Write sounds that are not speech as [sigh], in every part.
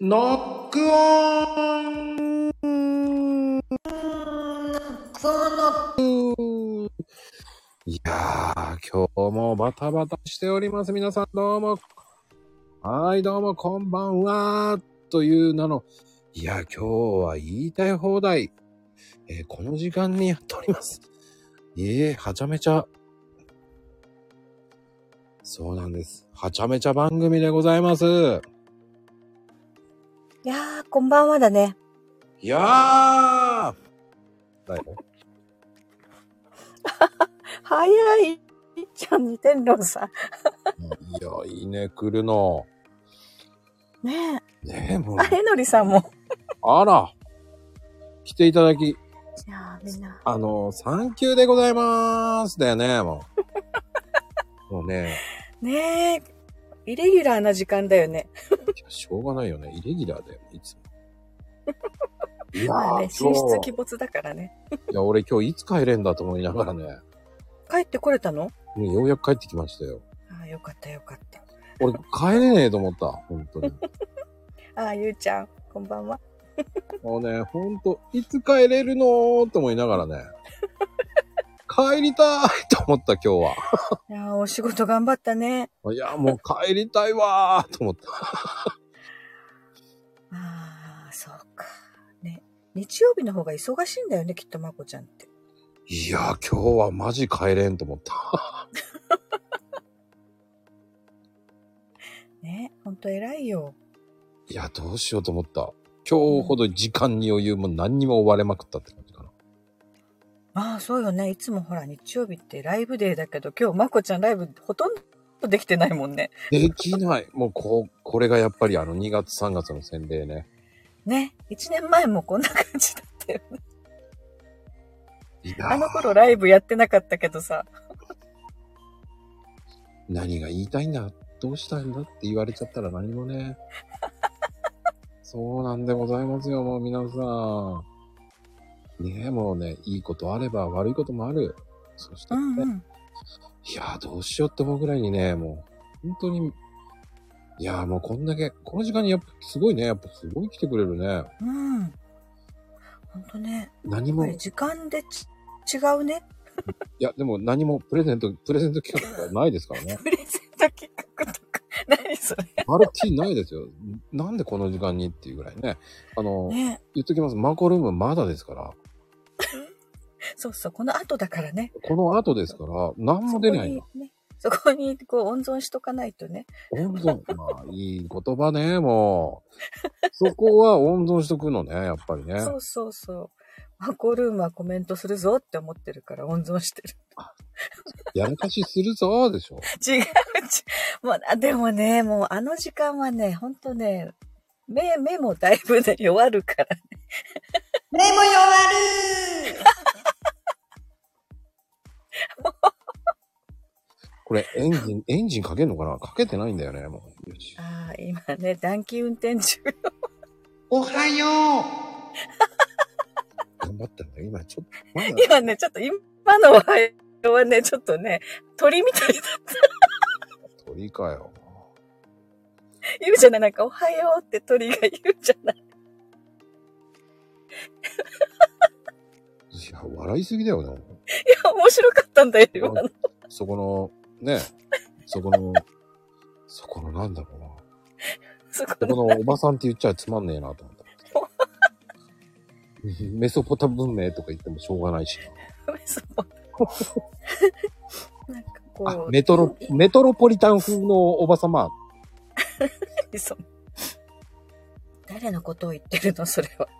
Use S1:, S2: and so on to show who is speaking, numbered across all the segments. S1: ノックオンいやー、今日もバタバタしております。皆さんどうも。はい、どうも、こんばんは。という名の、いや、今日は言いたい放題。えーこの時間にやっております。ええはちゃめちゃ。そうなんです。はちゃめちゃ番組でございます。
S2: いやー、こんばんはだね。
S1: いやーだよ
S2: 早い。ちゃんに天狼さ
S1: いや、いいね、来るの。
S2: ん。ねえ。
S1: ねえ、もう
S2: あ、。えのりさんも。
S1: あら。来ていただき、
S2: いやー、みんな。
S1: あの、サンキューでございます。だよね、もう。もうね、
S2: ねえ。イレギュラーな時間だよね。
S1: いやしょうがないよね。イレギュラーだよね、いつも。いや
S2: まあ
S1: ー、
S2: ね、
S1: 今
S2: 進出
S1: 日
S2: 鬼没だからね。
S1: いや、俺今日いつ帰れんだと思いながらね、
S2: 帰ってこれたの
S1: もうようやく帰ってきましたよ。
S2: ああ、よかったよかった。
S1: 俺帰れねえと思った、本当に。
S2: ああ、ゆうちゃん、こんばんは。
S1: もうね、ほんと、いつ帰れるのーと思いながらね、帰りたいと思った今日
S2: いやー、お仕事頑張ったね。
S1: は。いや、もう帰りたいわーと思った。
S2: ああ、そうか。ね。日曜日の方が忙しいんだよね、きっとまこちゃんって。
S1: いや、今日はマジ帰れんと思った。 [laughs]
S2: ね。ほんと偉いよ。
S1: いや、どうしようと思った。今日ほど時間に余裕も何にも追われまくったって感じかな。
S2: ああ、そうよね。いつもほら、日曜日ってライブデーだけど、今日まこちゃんライブほとんどできてないもんね。
S1: できない。もうこう、これがやっぱりあの2月3月の洗礼ね。
S2: ね。一年前もこんな感じだったよね。
S1: いやー
S2: [laughs] あの頃ライブやってなかったけどさ。
S1: 何が言いたいんだどうしたいんだって言われちゃったら何も
S2: [laughs]
S1: ね。そうなんでございますよ、もう皆さん。ねえ、もうね、いいことあれば悪いこともある。そして、ね
S2: ん。
S1: いやー、どうしようって思うぐらいにね、もう、本当に、いやー、もうこんだけ、この時間にやっぱすごいね、やっぱすごい来てくれるね。
S2: うん。ほんとね。
S1: 何
S2: やっぱ
S1: も、
S2: り
S1: い
S2: 時間でち違うね。
S1: や、でも何もプレゼント、プレゼント企画とかないですからね。
S2: プレゼント企画とか。 [laughs] 何それ。
S1: マルティないですよ。なんでこの時間にっていうぐらいね。あの、
S2: ね。
S1: 言っときます。マコルームまだですから。
S2: そうそう。この後だからね。
S1: この後ですから、何も出ないの。
S2: そこにね。そこにこう温存しとかないとね。
S1: 温存。まあ、いい言葉ね、もう。そこは温存しとくのね、やっぱりね。
S2: そうそうそう。マコルームはコメントするぞって思ってるから温存してる。
S1: やらかしするぞ、でしょ。
S2: 違う違う。 [laughs] もう、あでもね、もうあの時間はね、ほんとね、目、目もだいぶね、弱るから。
S3: 目も弱る
S1: これ、エンジン、エンジンかけんのかなかけてないんだよね、もう。よし
S2: ああ、今ね、暖気運転中。
S3: おはよ
S1: 頑張ったんだよ。今、ちょっと、まだ、
S2: 今ね、ちょっと今のおはようはね、ちょっとね、鳥みたいな、
S1: 鳥かよ。
S2: 言うじゃない、なんかおはようって鳥が言うじゃない。
S1: いや、笑いすぎだよね。
S2: いや、面白かったんだよ、今の。
S1: そこの、ね、そこの、そこのなんだろうな。
S2: そこ
S1: [laughs] そこ
S2: の
S1: のおばさんって言っちゃつまんねえなと思った。メソポタ文明とか言ってもしょうがないし
S2: そこな
S1: な。
S2: んかこ
S1: あ、
S2: う。
S1: メトロ、メトロポリタン風のおばさま。
S2: そう誰のことを言ってるのそれは。 [laughs]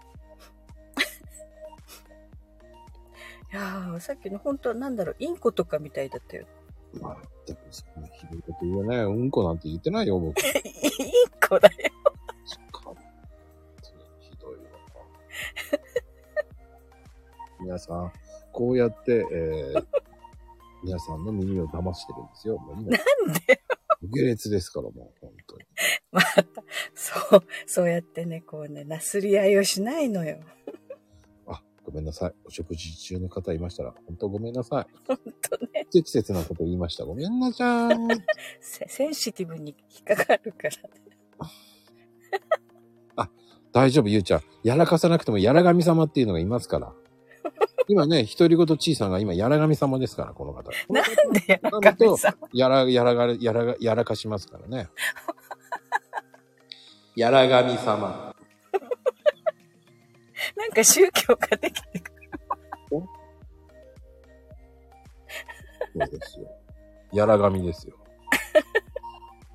S2: いやーさっきの本当はなんだろう、インコとかみたいだったよ。
S1: まあ、でもそんなひどいこと言わない。うんこなんて言ってないよ、僕。そっ
S2: インコだよ。
S1: かひどいわ。皆さん、こうやって、えー、皆さんの耳を騙してるんですよ。もう今
S2: なんで
S1: 下劣ですから、もう、本当に。
S2: また、そう、そうやってね、こうね、なすり合いをしないのよ。
S1: あ、ごめんなさい。お食事中の方いましたら、本当ごめんなさい。
S2: ほんとね、
S1: 不適切なこと言いました。ごめんなちゃーん。
S2: セセンシティブに引っかかるから。
S1: あ大丈夫、ゆうちゃん。やらかさなくても、やら神様っていうのがいますから。今ね、独り言ちいさんが今、やら神様ですから、この方。
S2: なんでやらかみさん。
S1: やら、やらがれ、やらが、やらかしますからね。やら神様。
S2: なんか宗教ができてくる。 [laughs]
S1: そうですよ。やら神ですよ。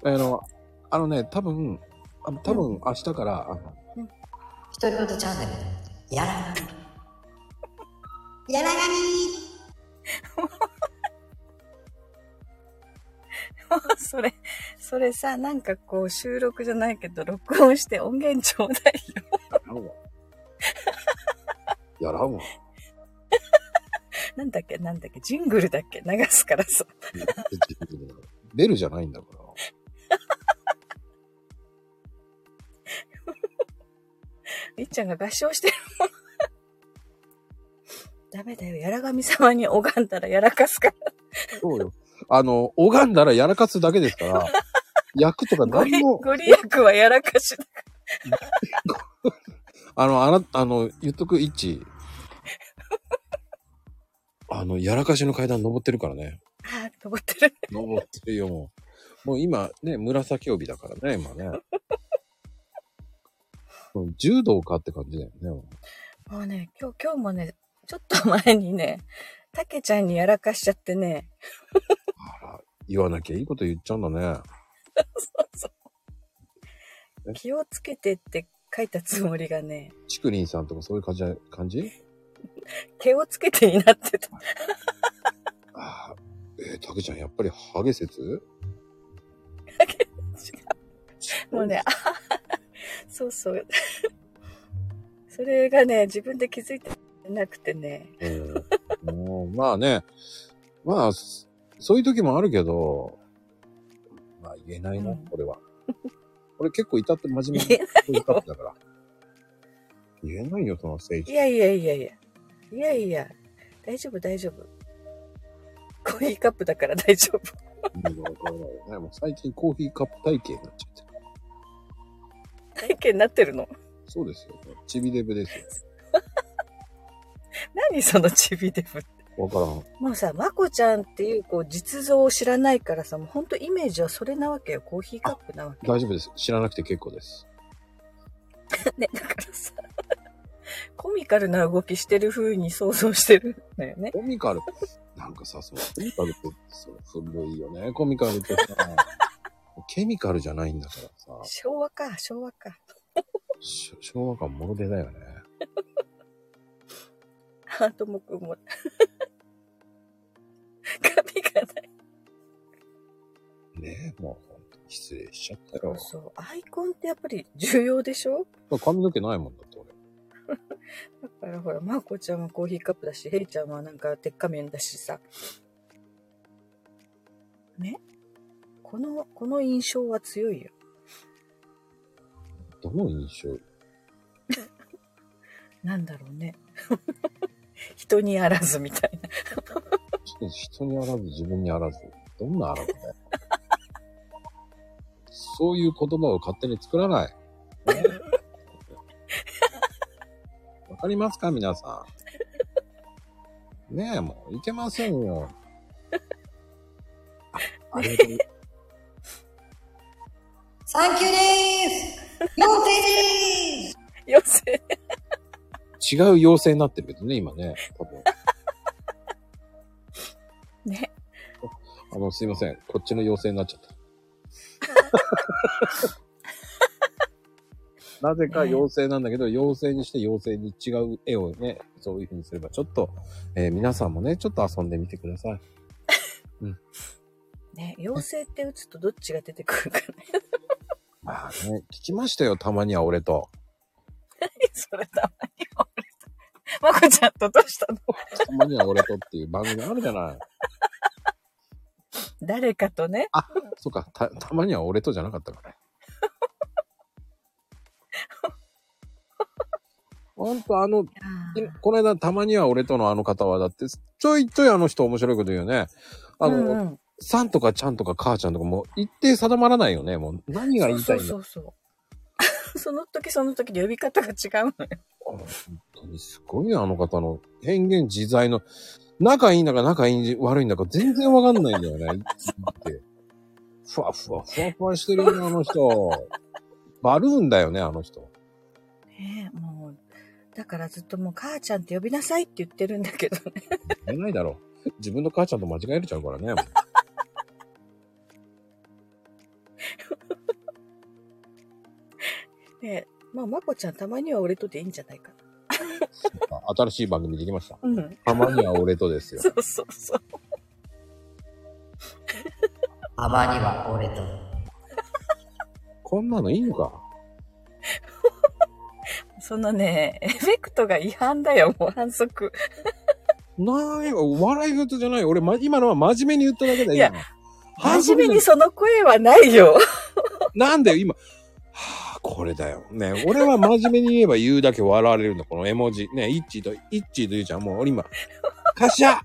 S1: あの、あのね、多分、あ多分明日から、あの
S3: ひとりごとチャンネル。やらがみ。やらがみ。
S2: もうそれ、それさ、なんかこう収録じゃないけど、録音して音源ちょうだいよ。
S1: やらんわ。やらんわ。
S2: なんだっけ、なんだっけ、ジングルだっけ、流すからさ。
S1: 出るじゃないんだから。
S2: りっちゃんが [laughs] 合唱してるもん。ダメだよ、やら神様に拝んだらやらかすから。
S1: そうよ。あの、拝んだらやらかすだけです
S2: [laughs]
S1: から、役とか
S2: ご利
S1: 何も、
S2: ご利益はやらかしだ。
S1: あの、あな、あの、言っとく、一。あの、やらかしの階段登ってるからね。
S2: あーと思ってる。
S1: 登ってるよ、もう。もう今ね、紫帯だからね、今ね。うん柔道かって感じだよね。
S2: もうね、今日、今日もね、ちょっと前にね、たけちゃんにやらかしちゃってね。
S1: あら、言わなきゃいいこと言っちゃうんだね。
S2: そうそう気をつけてって書いたつもりがね、
S1: チクリンさんとかそういう感じだ、感じ
S2: 毛をつけてになってた。
S1: ああ、えー、たけちゃん、やっぱりハゲ説
S2: もうね、あはは [laughs] そうそう。それがね、自分で気づいてなくてね。
S1: うんもうまあね、まあ、そそういう時もあるけど、まあ言えないな、
S2: うん
S1: これは。これ結構至って真面
S2: 言
S1: 目な人だから。言えないよ、その政
S2: い
S1: 治。
S2: やいやいやいや。いやいや。大丈夫大丈夫。コーヒーカップだから大丈夫。
S1: 意味がわからないよね。もう最近コーヒーカップ体型になっちゃってる。
S2: 体験になってるの。
S1: そうですよ。チビデブですよ。
S2: 何そのチビデブって。
S1: わからん。
S2: もうさ、まこちゃんっていうこう実像を知らないからさ、もうほんとイメージはそれなわけよ。コーヒーカップなわ
S1: 大丈夫です。知らなくて結構です。
S2: け。ね、だからさ、コミカルな動きしてる風に想像してるのよね。
S1: コミカル。なんかさ、そのコミカルって、その古いよね。コミカルって
S2: [laughs]
S1: さ、ケミカルじゃないんだからさ。
S2: 昭和か、昭和か。
S1: し昭和感もろ出だよね。
S2: あ、ともくんも。 [laughs] 髪がない。
S1: ねえ、もうほんと失礼しちゃった
S2: そ
S1: よ
S2: う。そう。アイコンってやっぱり重要でしょ
S1: 髪の毛ないもんだって俺。
S2: だからほら、まこちゃんはコーヒーカップだし、ヘリちゃんはなんか鉄仮面だしさ。ねこの、この印象は強いよ。
S1: どの印象
S2: なんだろうね。 [laughs] 人にあらずみたいな。
S1: 人にあらず自分にあらず。どんなあらずだよ。 [laughs] そういう言葉を勝手に作らない。ねわかりますか皆さん。ねえ、もういけませんよ。あありがとう
S3: サンキューでーす。妖精でーす。
S2: 妖精。
S1: 違う妖精になってるけどね、今ね。多分
S2: ね。
S1: あの、すいません。こっちの妖精になっちゃった。なぜか妖精なんだけど、妖精にして妖精に違う絵をね、そういう風にすれば、ちょっと、えー皆さんもね、ちょっと遊んでみてください。
S2: ね、妖精って打つとどっちが出てくるかね。 [laughs]
S1: まあね、聞きましたよ、たまには俺と。
S2: それたまに俺と。まこちゃんとどうしたの
S1: たまには俺とっていう番組あるじゃない。
S2: 誰かとね。
S1: そうか、た、たまには俺とじゃなかったから。ほんと、あの、でこの間、たまには俺とのあの方は、だって、ちょいちょいあの人面白いこと言うよね。あの、
S2: うんうん
S1: さんとかちゃんとか母ちゃんとかもう一定定まらないよね。もう何が言いたいんだ
S2: そうそうそう [laughs] その時その時で呼び方が違うのよ。
S1: 本当にすごいな、あの方の。変幻自在の、仲いいんだか仲いいんじ悪いんだか全然わかんないんだよね。ってふわふわ、ふわふわしてるよね、あの人。バルーンだよね、あの人。
S2: ねえもう、だからずっともう母ちゃんって呼びなさいって言ってるんだけど [laughs] ね。
S1: 言えないだろう。自分の母ちゃんと間違えれちゃうからね。もう
S2: ねえまあ、まこちゃんたまには俺とでいいんじゃないか
S1: あ新しい番組できました。
S2: な。うん。
S1: たまには俺とですよ。
S2: そうそうそう。
S3: たまには俺と。
S1: こんなのいいのか。
S2: そのね、エフェクトが違反だよ、もう反則。
S1: ないわ、笑い事じゃない。俺、ま、今のは真面目に言っただけだよ。
S2: いや
S1: 今の、
S2: 初めにその声はないよ。 [laughs]
S1: なんだよ、今。はあ、これだよ。ね、俺は真面目に言えば言うだけ笑われるんだ、この絵文字。ね、イッチーと、イッチーとゆうちゃん、もう俺今、カシャ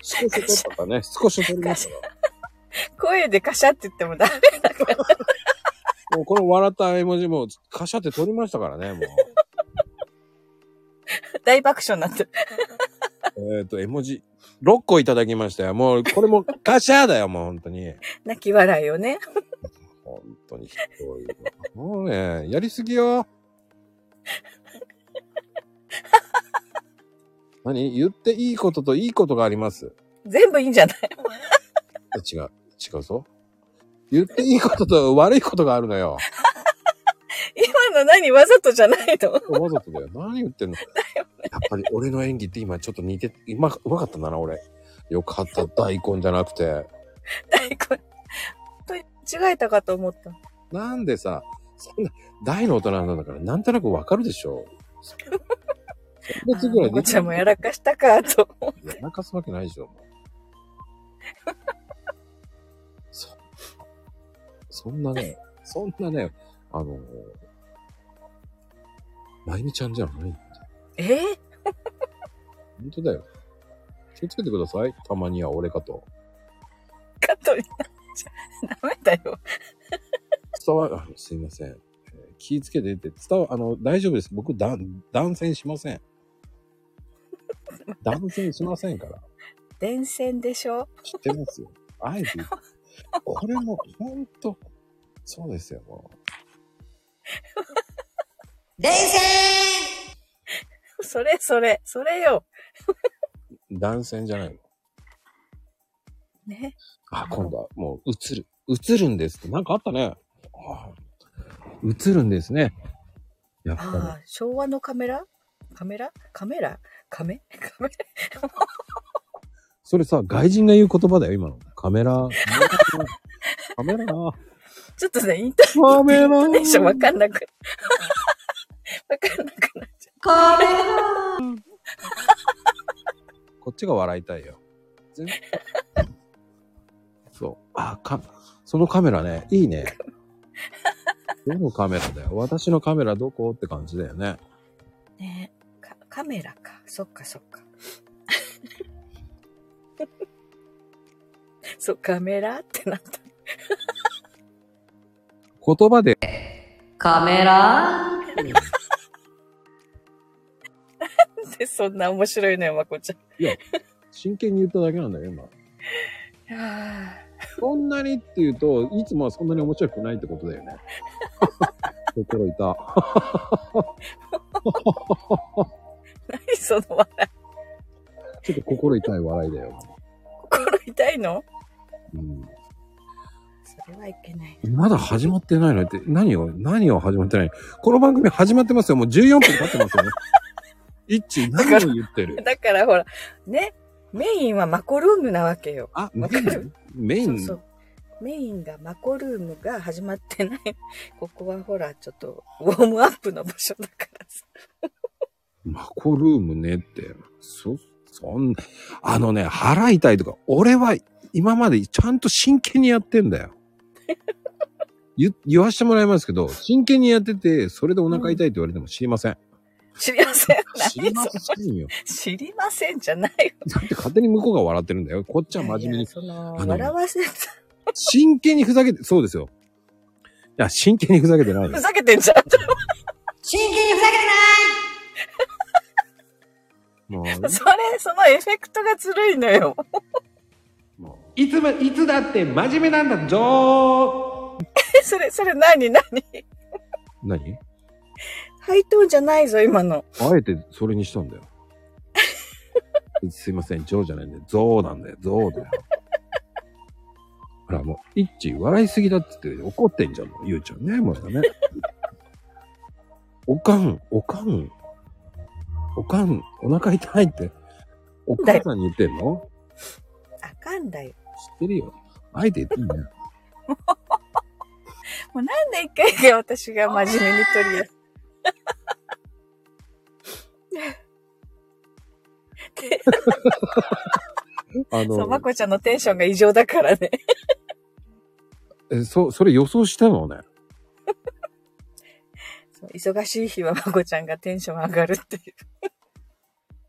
S1: 少し取ったからね、少し取りましたか
S2: 声でカシャって言ってもダメ。
S1: ら。もうこの笑った絵文字も、カシャって取りましたからね、も
S2: 大爆笑になってる。
S1: う。えっと、絵文字、6個いただきましたよ。もう、これもカシャだよ、もう本当に。
S2: 泣き笑いをね。
S1: 本当にひどいわ。 [laughs] もうね、やりすぎよ。 [laughs] 何言っていいことといいことがあります。
S2: 全部いいんじゃない
S1: 違う、違うぞ。言っていいことと悪いことがあるのよ。
S2: 今の何わざとじゃないの [laughs]
S1: わざとだよ。何言ってんのやっぱり俺の演技って今ちょっと似て、今、うまかったんだな、俺。よかった、大根じゃなくて。
S2: 大根。本当に間違えたかと思った。
S1: なんでさ、そんな、大の大人なんだから、なんとなくわかるでし
S2: [laughs]
S1: ょ。別ぐらい
S2: あーまこ
S1: で
S2: ちゃんもやらかしたかと。
S1: いや泣かすわけないでしょ、もう。 [laughs] そ、そんなね、そんなね、あの、まゆみちゃんじゃない。
S2: えー
S1: 本当だよ。気をつけてください。たまには俺かと。
S2: [laughs] カットになっちゃう。ダメだよ。
S1: 伝わ、あのすいません。えー気をつけてって、伝わ、あの、大丈夫です。僕、だん、断線しません。断線しませんから。
S2: 電線でしょ [laughs]
S1: 知ってますよ。あえて言う。これも、ほんと、そうですよ、もう。
S3: 冷静
S2: それそれ、それよ。
S1: 断線じゃないの。
S2: ね。
S1: あ、今度はもう映る。映るんですって。なんかあったね。あ映るんですね。やっぱ
S2: ああ、昭和のカメラカメラカメラカメカメ
S1: り。それさ、外人が言う言葉だよ、今の。カメ
S2: [laughs]
S1: ラ。カメラ。
S2: ちょっとね、インタ
S1: カメラ。
S2: ーネーションわかんなく。わかんなくなっちゃ
S3: カメラ
S1: こっちが笑いたいよ。全然そう。あ、か、そのカメラね、いいね。どのカメラだよ。私のカメラどこって感じだよね。
S2: う。ねかカメラか。そっかそっか。 [laughs] そう、カメラってなった。
S1: 言葉で
S2: [laughs]
S3: カメラ
S2: で、そんな面白いのよ、まこちゃん。
S1: 真剣に言っただけなんだよ、今。
S2: いや
S1: そんなにっていうと、いつもはそんなに面白くないってことだ [laughs] よね。心痛。
S2: ー何その [laughs] 笑い。
S1: ちょっと心痛い笑いだよ。
S2: 心痛いの
S1: うん、
S2: それはいけない。
S1: まだ始まってないのって、何を、何を始まってないこの番組始まってますよ。もう14分経ってますよ [laughs] ね。いっちー、何を言ってる
S2: だからほら、ね、メインはマコルームなわけよ。
S1: あ、メ
S2: わ
S1: イ
S2: か
S1: ン
S2: る
S1: [laughs] メイン
S2: そうそう。メインがマコルームが始まってない。 [laughs] ここはほら、ちょっと、ウォームアップの場所だからさ。
S1: マコルームねって、そ、そんな、あのね、腹痛いとか、俺は今までちゃんと真剣にやってんだ
S2: [laughs]
S1: よ。言、言わしてもらいますけど、真剣にやってて、それでお腹痛いって言われても知りません。
S2: 知りません。
S1: 知りま
S2: 何そ
S1: せんよ。
S2: れ知りませんじゃないよ。
S1: だって勝手に向こうが笑ってるんだよ。こっちは真面目
S2: いや
S1: に。
S2: その、
S1: あの
S2: 笑わせた。
S1: 真剣にふざけて、そうですよ。や、真剣にふざけてないで
S2: ふ
S1: す。
S2: ざけてんじゃん。
S3: 真剣にふざけてない
S1: も
S2: [laughs] それ、そのエフェクトがずるいのよ。
S1: う、もう
S4: いつも、いつだって真面目なんだぞ
S2: えそれ、それ何何
S1: 何
S2: ハイトーンじゃないぞ、今の。
S1: あえてそれにしたんだよ。 [laughs] すいません、ジョーじゃないんで、ゾウなんだよ、ゾウだよ。ほら、もう、イッチ、笑いすぎだって言って怒ってんじゃん、もう、ゆうちゃんね、まだね。おかん、おかん、おかん、お腹痛いって、お母さんに言ってんの
S2: あかんだよ。
S1: 知ってるよ。あえて言ってんだよ。
S2: もうなんで一回一回私が真面目に取りや
S1: あ
S2: そう、ま
S1: の、
S2: こちゃんのテンションが異常だからね。
S1: えそ、それ予想したのね。
S2: そう忙しい日はまこちゃんがテンション上がるってい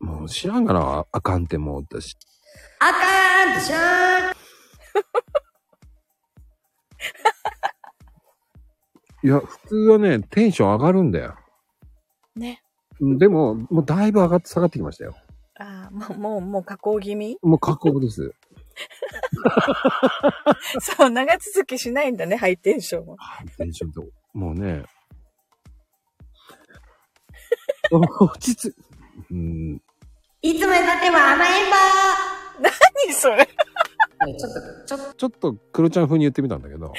S2: う。
S1: もう知らんがな、あかんってもう私。
S3: あかーんでしょ
S1: い
S3: ー
S1: や、普通はね、テンション上がるんだよ。
S2: ね。
S1: うんでも、もうだいぶ上がって下がってきましたよ。
S2: ああ、もう、もう、もう加工気味
S1: もう過去です。
S2: そう、長続きしないんだね、ハイテンションは。
S1: テンションと。もうね。 [laughs] 落ち着、うん、
S3: いつまでたっても甘えん坊
S2: 何それ
S3: ねちょっと、ちょっと、
S1: ちょっとクロちゃん風に言ってみたんだけど、
S2: な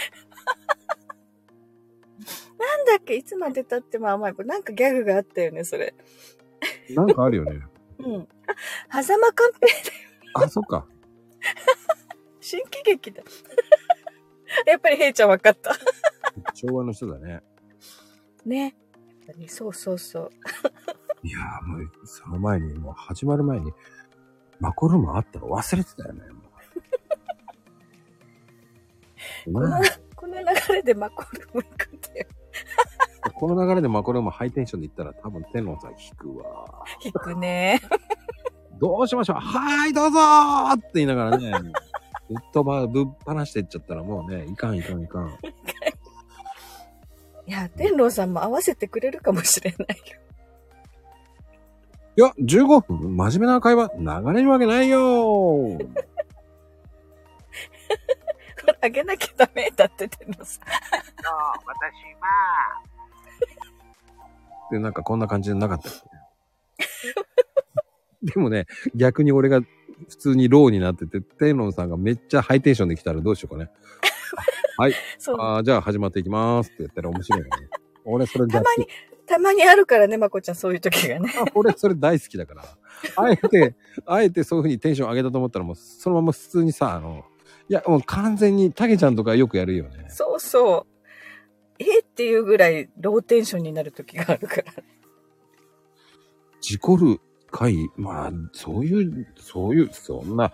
S2: んだっけいつまで経っても甘い子。なんかギャグがあったよね、それ。
S1: なんかあるよね。
S2: うん。あ、狭間寛平、
S1: [laughs] あ、そっか。
S2: 新喜劇だ。 [laughs] やっぱりヘイちゃん分かった。
S1: 昭和の人だね。
S2: ね。やっぱりそうそうそう。
S1: いやーもう、その前に、もう始まる前に、マコルームあったら忘れてたよね。 [laughs] もうまあ
S2: この流れでマコルーム行くんだよ。
S1: この流れでマコルームハイテンションで行ったら多分天皇さん引くわ。
S2: 引くね。
S1: どうしましょうはーい、どうぞーって言いながら
S2: [laughs]
S1: ね、ぶっ飛ば、ぶっ放してっちゃったらもうね、いかんいかんいかん。
S2: いや、天狼さんも合わせてくれるかもしれないよ。
S1: いや、15分、真面目な会話、流れるわけないよー。
S2: こ [laughs] れあげなきゃダメだって天狼さん。
S1: で、なんかこんな感じじゃなかった
S2: [laughs]
S1: よね。でもね、逆に俺が普通にローになってて、天ンさんがめっちゃハイテンションで来たらどうしようかね。
S2: そう。
S1: あーじゃあ始まっていきますって言ったら面白いよ
S2: [laughs]
S1: ね。俺それ
S2: た
S1: 大
S2: ま
S1: 好
S2: に
S1: き。、
S2: たまにあるからね、まこちゃん、そういう時が [laughs] ね。
S1: あ [laughs] 俺それ大好きだから。あえて、あえてそういう風にテンション上げたと思ったらもうそのまま普通にさ、あの、いやもう完全にタケちゃんとかよくやるよね。
S2: そうそう。えっていうぐらい、ローテンションになる時があるから。
S1: 事故る回、まあ、そういう、そういう、そんな、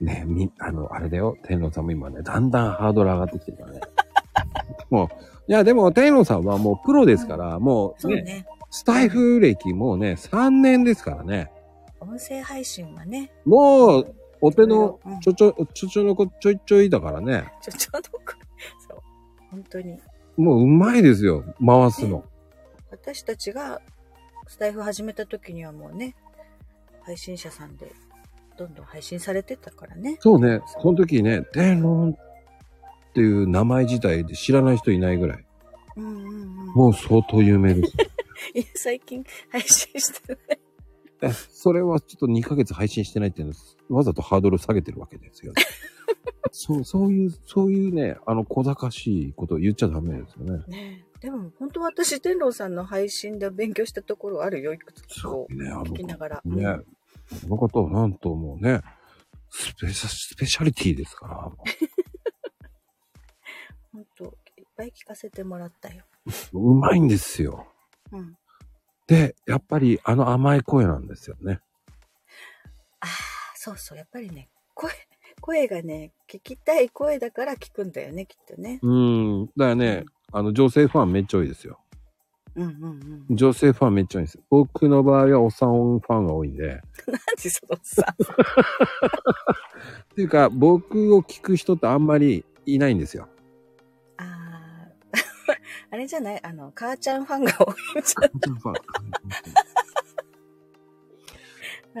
S1: ね、み、あの、あれだよ、天狼さんも今ね、だんだんハードル上がってきてるからね。 [laughs] もう、いや、でも天狼さんはもうプロですから、もう、
S2: そう
S1: ね、
S2: ね。
S1: スタイフ歴もうね、3年ですからね。
S2: 音声配信はね、
S1: もう、お手の
S2: うん
S1: ちょちょ、ちょちょのこちょいちょいだからね、
S2: ちょ、ちょうどこれ、そう。本当に。
S1: もううまいですよ、回すの。
S2: 私たちがスタイフ始めた時にはもうね、配信者さんでどんどん配信されてたからね。
S1: そうね、その時ね、天狼っていう名前自体で知らない人いないぐらい。
S2: うんうんうん。
S1: もう相当有名です。
S2: いや最近配信してない。
S1: え [laughs] それはちょっと2ヶ月配信してないっていうのは、わざとハードル下げてるわけです [laughs] よ。そう、そういう、そういうね、あの、小賢しいことを言っちゃダメですよね。
S2: ねえでも本当私、天狼さんの配信で勉強したところあるよ、いくつ
S1: す
S2: か
S1: ご
S2: を
S1: いね、あの、
S2: 聞き
S1: ね、
S2: ながら。うん
S1: この方はなんともうね、スペシャ、スペシャリティです [laughs] から。
S2: 本当、いっぱい聞かせてもらったよ。
S1: うまいんですよ。
S2: うん。
S1: で、やっぱりあの甘い声なんですよね。
S2: ああ、そうそう、やっぱりね、声、声がね、聞きたい声だから聞くんだよね、きっとね。
S1: うん。だからね、あの、女性ファンめっちゃ多いですよ。
S2: うんうんうん。
S1: 女性ファンめっちゃ多いです。僕の場合はおっさんファンが多いんで、
S2: 何そのさ。
S1: っていうか、僕を聞く人ってあんまりいないんですよ。
S2: ああ、 [laughs] あれじゃないあの、母ちゃんファンが多いんじゃない
S1: ファン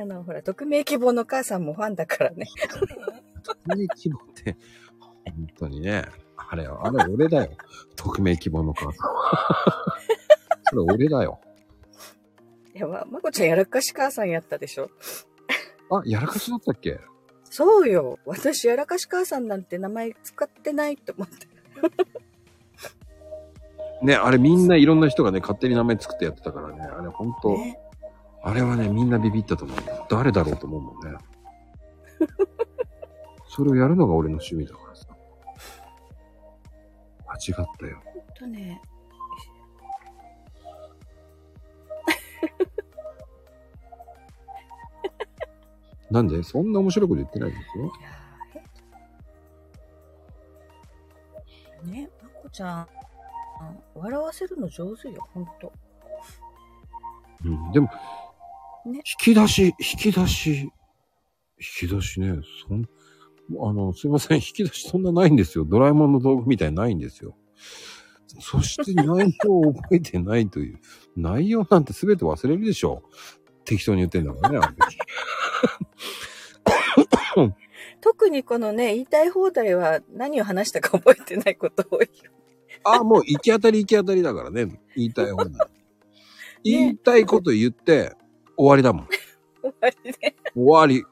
S2: [laughs] あの、ほら、匿名希望の母さんもファンだからね。
S1: 匿名希望って、本当にね、あれ、あれ俺だよ。匿名希望の母さんは。それ俺だよ。
S2: いや、ま、まこちゃんやらかし母さんやったでしょ
S1: あ、やらかしだったっけ
S2: そうよ。私、やらかし母さんなんて名前使ってないと思って。
S1: ね、あれみんないろんな人がね、勝手に名前作ってやってたからね、あれ本当、
S2: ね
S1: あれはね、みんなビビったと思う。誰だろうと思うもん [laughs] ね。それをやるのが俺の趣味だからさ。間違ったよ。
S2: ほんとね。
S1: なんでそんな面白いこと言ってないんですよ。
S2: いやーね、まこちゃん、笑わせるの上手よ、ほんと。
S1: うん、でも、
S2: ね
S1: 引き出し、引き出し、引き出しね、そん、あの、すいません、引き出しそんなないんですよ。ドラえもんの道具みたいにないんですよ。そして内容を覚えてないという。内容なんて全て忘れるでしょ適当に言ってんだからね、あの時
S2: 特にこのね、言いたい放題は何を話したか覚えてないこと多いよ。
S1: あ、もう行き当たり行き当たりだからね、言いたい
S2: [laughs]
S1: 方な。言いたいこと言って、終わりだもん。
S2: 終わりで。
S1: 終わり。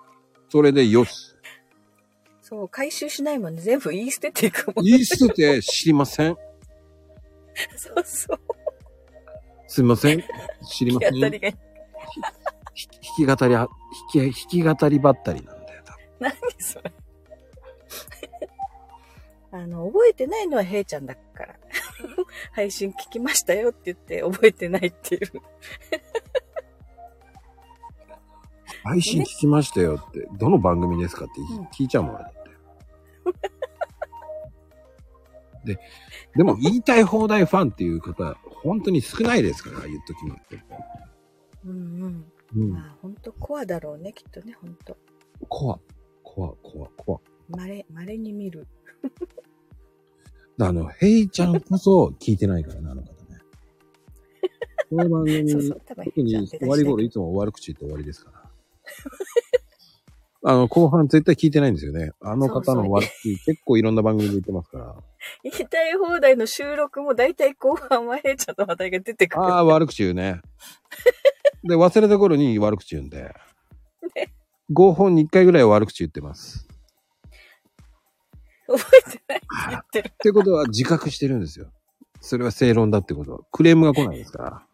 S1: それでよし。
S2: そう、回収しないもんね。全部言い捨てていくもん。
S1: 言い捨てて知りません。
S2: そうそう。
S1: すいません。知りま
S2: 行
S1: せ
S2: き
S1: ん。
S2: 当たりが
S1: ひ弾き語りは、弾き、弾き語りばったりなんだよ、多分。
S2: 何それ。あの、覚えてないのはヘイちゃんだから。配信聞きましたよって言って覚えてないっていう。
S1: 配信聞きましたよって、どの番組ですかって
S2: うん
S1: 聞いちゃうもん、俺だって。で、でも言いたい放題ファンっていう方、本当に少ないですから、言っときますけど。
S2: うん
S1: う
S2: うん。
S1: ん。
S2: まあ、ほんとコアだろうね、きっとね、ほんと。
S1: 怖、怖、怖、怖。
S2: 稀、稀に見る。
S1: あの、ヘイちゃんこそ聞いてないからな、あの方
S2: [laughs]
S1: ね。この番
S2: そう
S1: 組
S2: そう、多分ヘ
S1: 特
S2: イちゃん
S1: に
S2: 出だ
S1: 終
S2: し
S1: わり頃いつも悪口言って終わりですから。あの、後半絶対聞いてないんですよね。あの方の悪口結構いろんな番組で言ってますから。
S2: 言いたい放題の収録も大体後半はヘイちゃんの話題が出てくる。
S1: ああ、悪口言うね。で、忘れた頃に悪口言うん
S2: [laughs]
S1: で。5本に1回ぐらいは悪口言ってます。
S2: 覚えてないって言ってる。
S1: ってことは自覚してるんですよ。それは正論だってことは。クレームが来ないですから。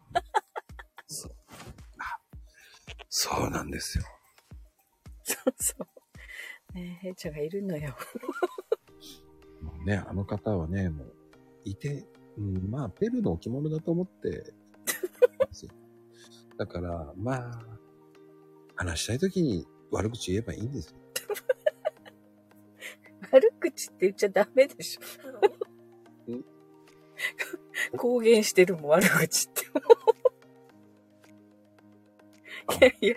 S1: そうあそうなんですよ。
S2: そうそう。ねヘイちゃんがいるのよ。 [laughs]
S1: もうね、あの方はね、もう、いて、うん、まあ、ペルの置物だと思って、 [laughs] ですよだから、まあ、話したいときに悪口言えばいいんですよ。
S2: 悪口って言っちゃダメでしょ。公言してるもん、悪口って。いやいや。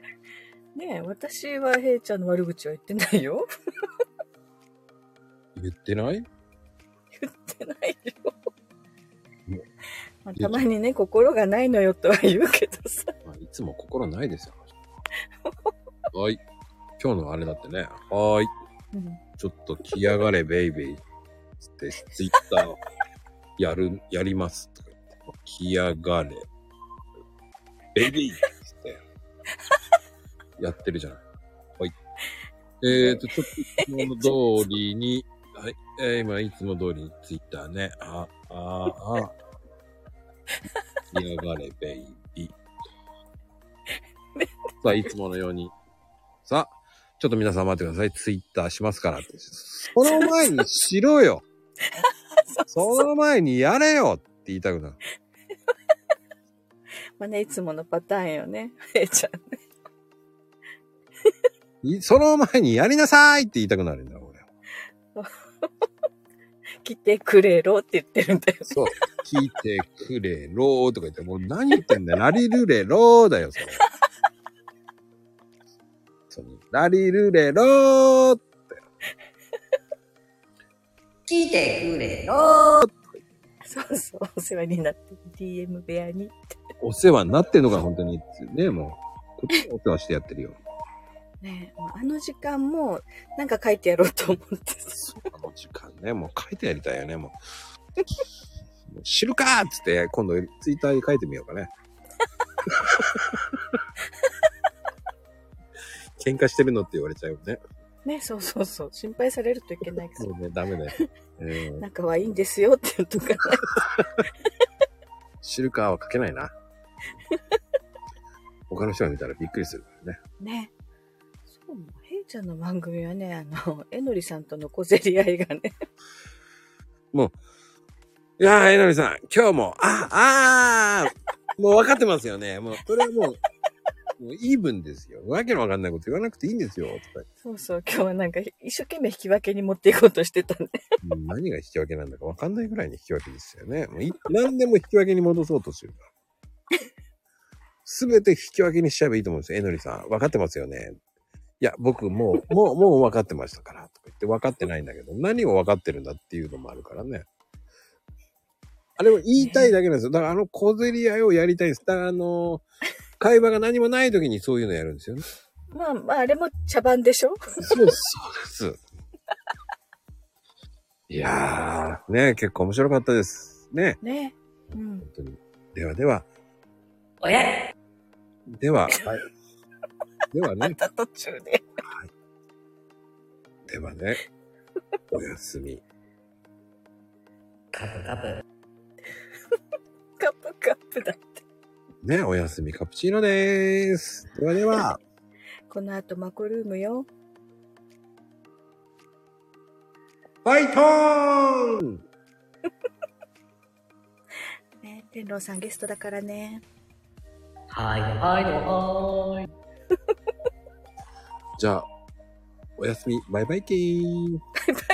S2: ねえ、私はヘイちゃんの悪口は言ってないよ。
S1: 言ってない
S2: 言ってないよ
S1: ね。
S2: まあたまにね、心がないのよとは言うけどさ。
S1: まあ、いつも心ないですよ、あの人はい。今日のあれだってね、はーい。ちょっと来やがれ、ベイベイ。つって、ツイッター、 [laughs] やる、やります。とか言って、来やがれ。ベイベイつって、やってるじゃない。はい。えーと、ちょっと、いつもの通りに、はい。えー今、いつも通りにツイッターね。あ、あ、あ。来やがれ、ベイビー。さあ、いつものように。さあ、ちょっと皆さん待ってください。ツイッターしますからって。その前にしろよ [laughs] その前にやれよって言いたくなる。
S2: まあね、いつものパターンよね。ヘイちゃん。
S1: いその前にやりなさいって言いたくなるんだ、俺。
S2: 来てくれろって言ってるんだよ。
S1: そう。聞いてくれろーとか言って、もう何言ってんだよ。ラリルレろーだよ、それ。そのラリルレろー
S3: 聞いてくれろ。
S2: そうそう、お世話になってる DM 部屋に。
S1: お世話になってんのか、本当に。ね、もう。こっちもお世話してやってるよ。
S2: ねえ、もうあの時間も、なんか書いてやろうと思ってさ。
S1: あの時間ね、もう書いてやりたいよね、もう。もう [laughs] 知るかーっつって、今度ツイッターに書いてみようかね。 [laughs] 喧嘩してるのって言われちゃうよね。
S2: ね、そうそうそう。心配されるといけないけど、
S1: もうね、ダメだよ。うん
S2: 仲はいいんですよって言うとかない。
S1: 知るかは書けないな。他の人が見たらびっくりするからね。
S2: ね。そうもう、ヘイちゃんの番組はね、あの、えのりさんとの小競り合いがね、
S1: いやー、えなみさん、今日も、あ、あー、もう分かってますよね。もう、これはもう、もうイーブンですよ。わけのわかんないこと言わなくていいんですよ。とか
S2: そうそう、今日はなんか一生懸命引き分けに持っていこうとしてたんで。
S1: もう何が引き分けなんだかわかんないぐらいに引き分けですよね。もうい何でも引き分けに戻そうとするから。すべて引き分けにしちゃえばいいと思うんですよ。えのりさん、分かってますよね。いや、僕もう、もう、もう分かってましたから。とか言って分かってないんだけど、何を分かってるんだっていうのもあるからね。あれを言いたいだけなんですよ。だからあの小競り合いをやりたいんです。だからあの、会話が何もない時にそういうのやるんですよね。
S2: [laughs] まあまあ、あれも茶番でしょ [laughs]
S1: そうです、そうです。いやー、ね結構面白かったです。ね
S2: ね。うん。
S1: 本当に。ではでは、
S3: おやれ
S1: では、はい。では
S2: ま
S1: ね、
S2: た途中で。
S1: ではね、おやすみ。
S3: カブカブ。
S2: カップカップだ。
S1: ねおやすみカプチーノでーす。ではでは、
S2: この後マコルームよ。
S1: ファイトーン
S2: ね、天狼さんゲストだからね。
S3: はい、はい、はーい。
S1: じゃあ、おやすみ、バイバイキーン。
S2: バイバイ。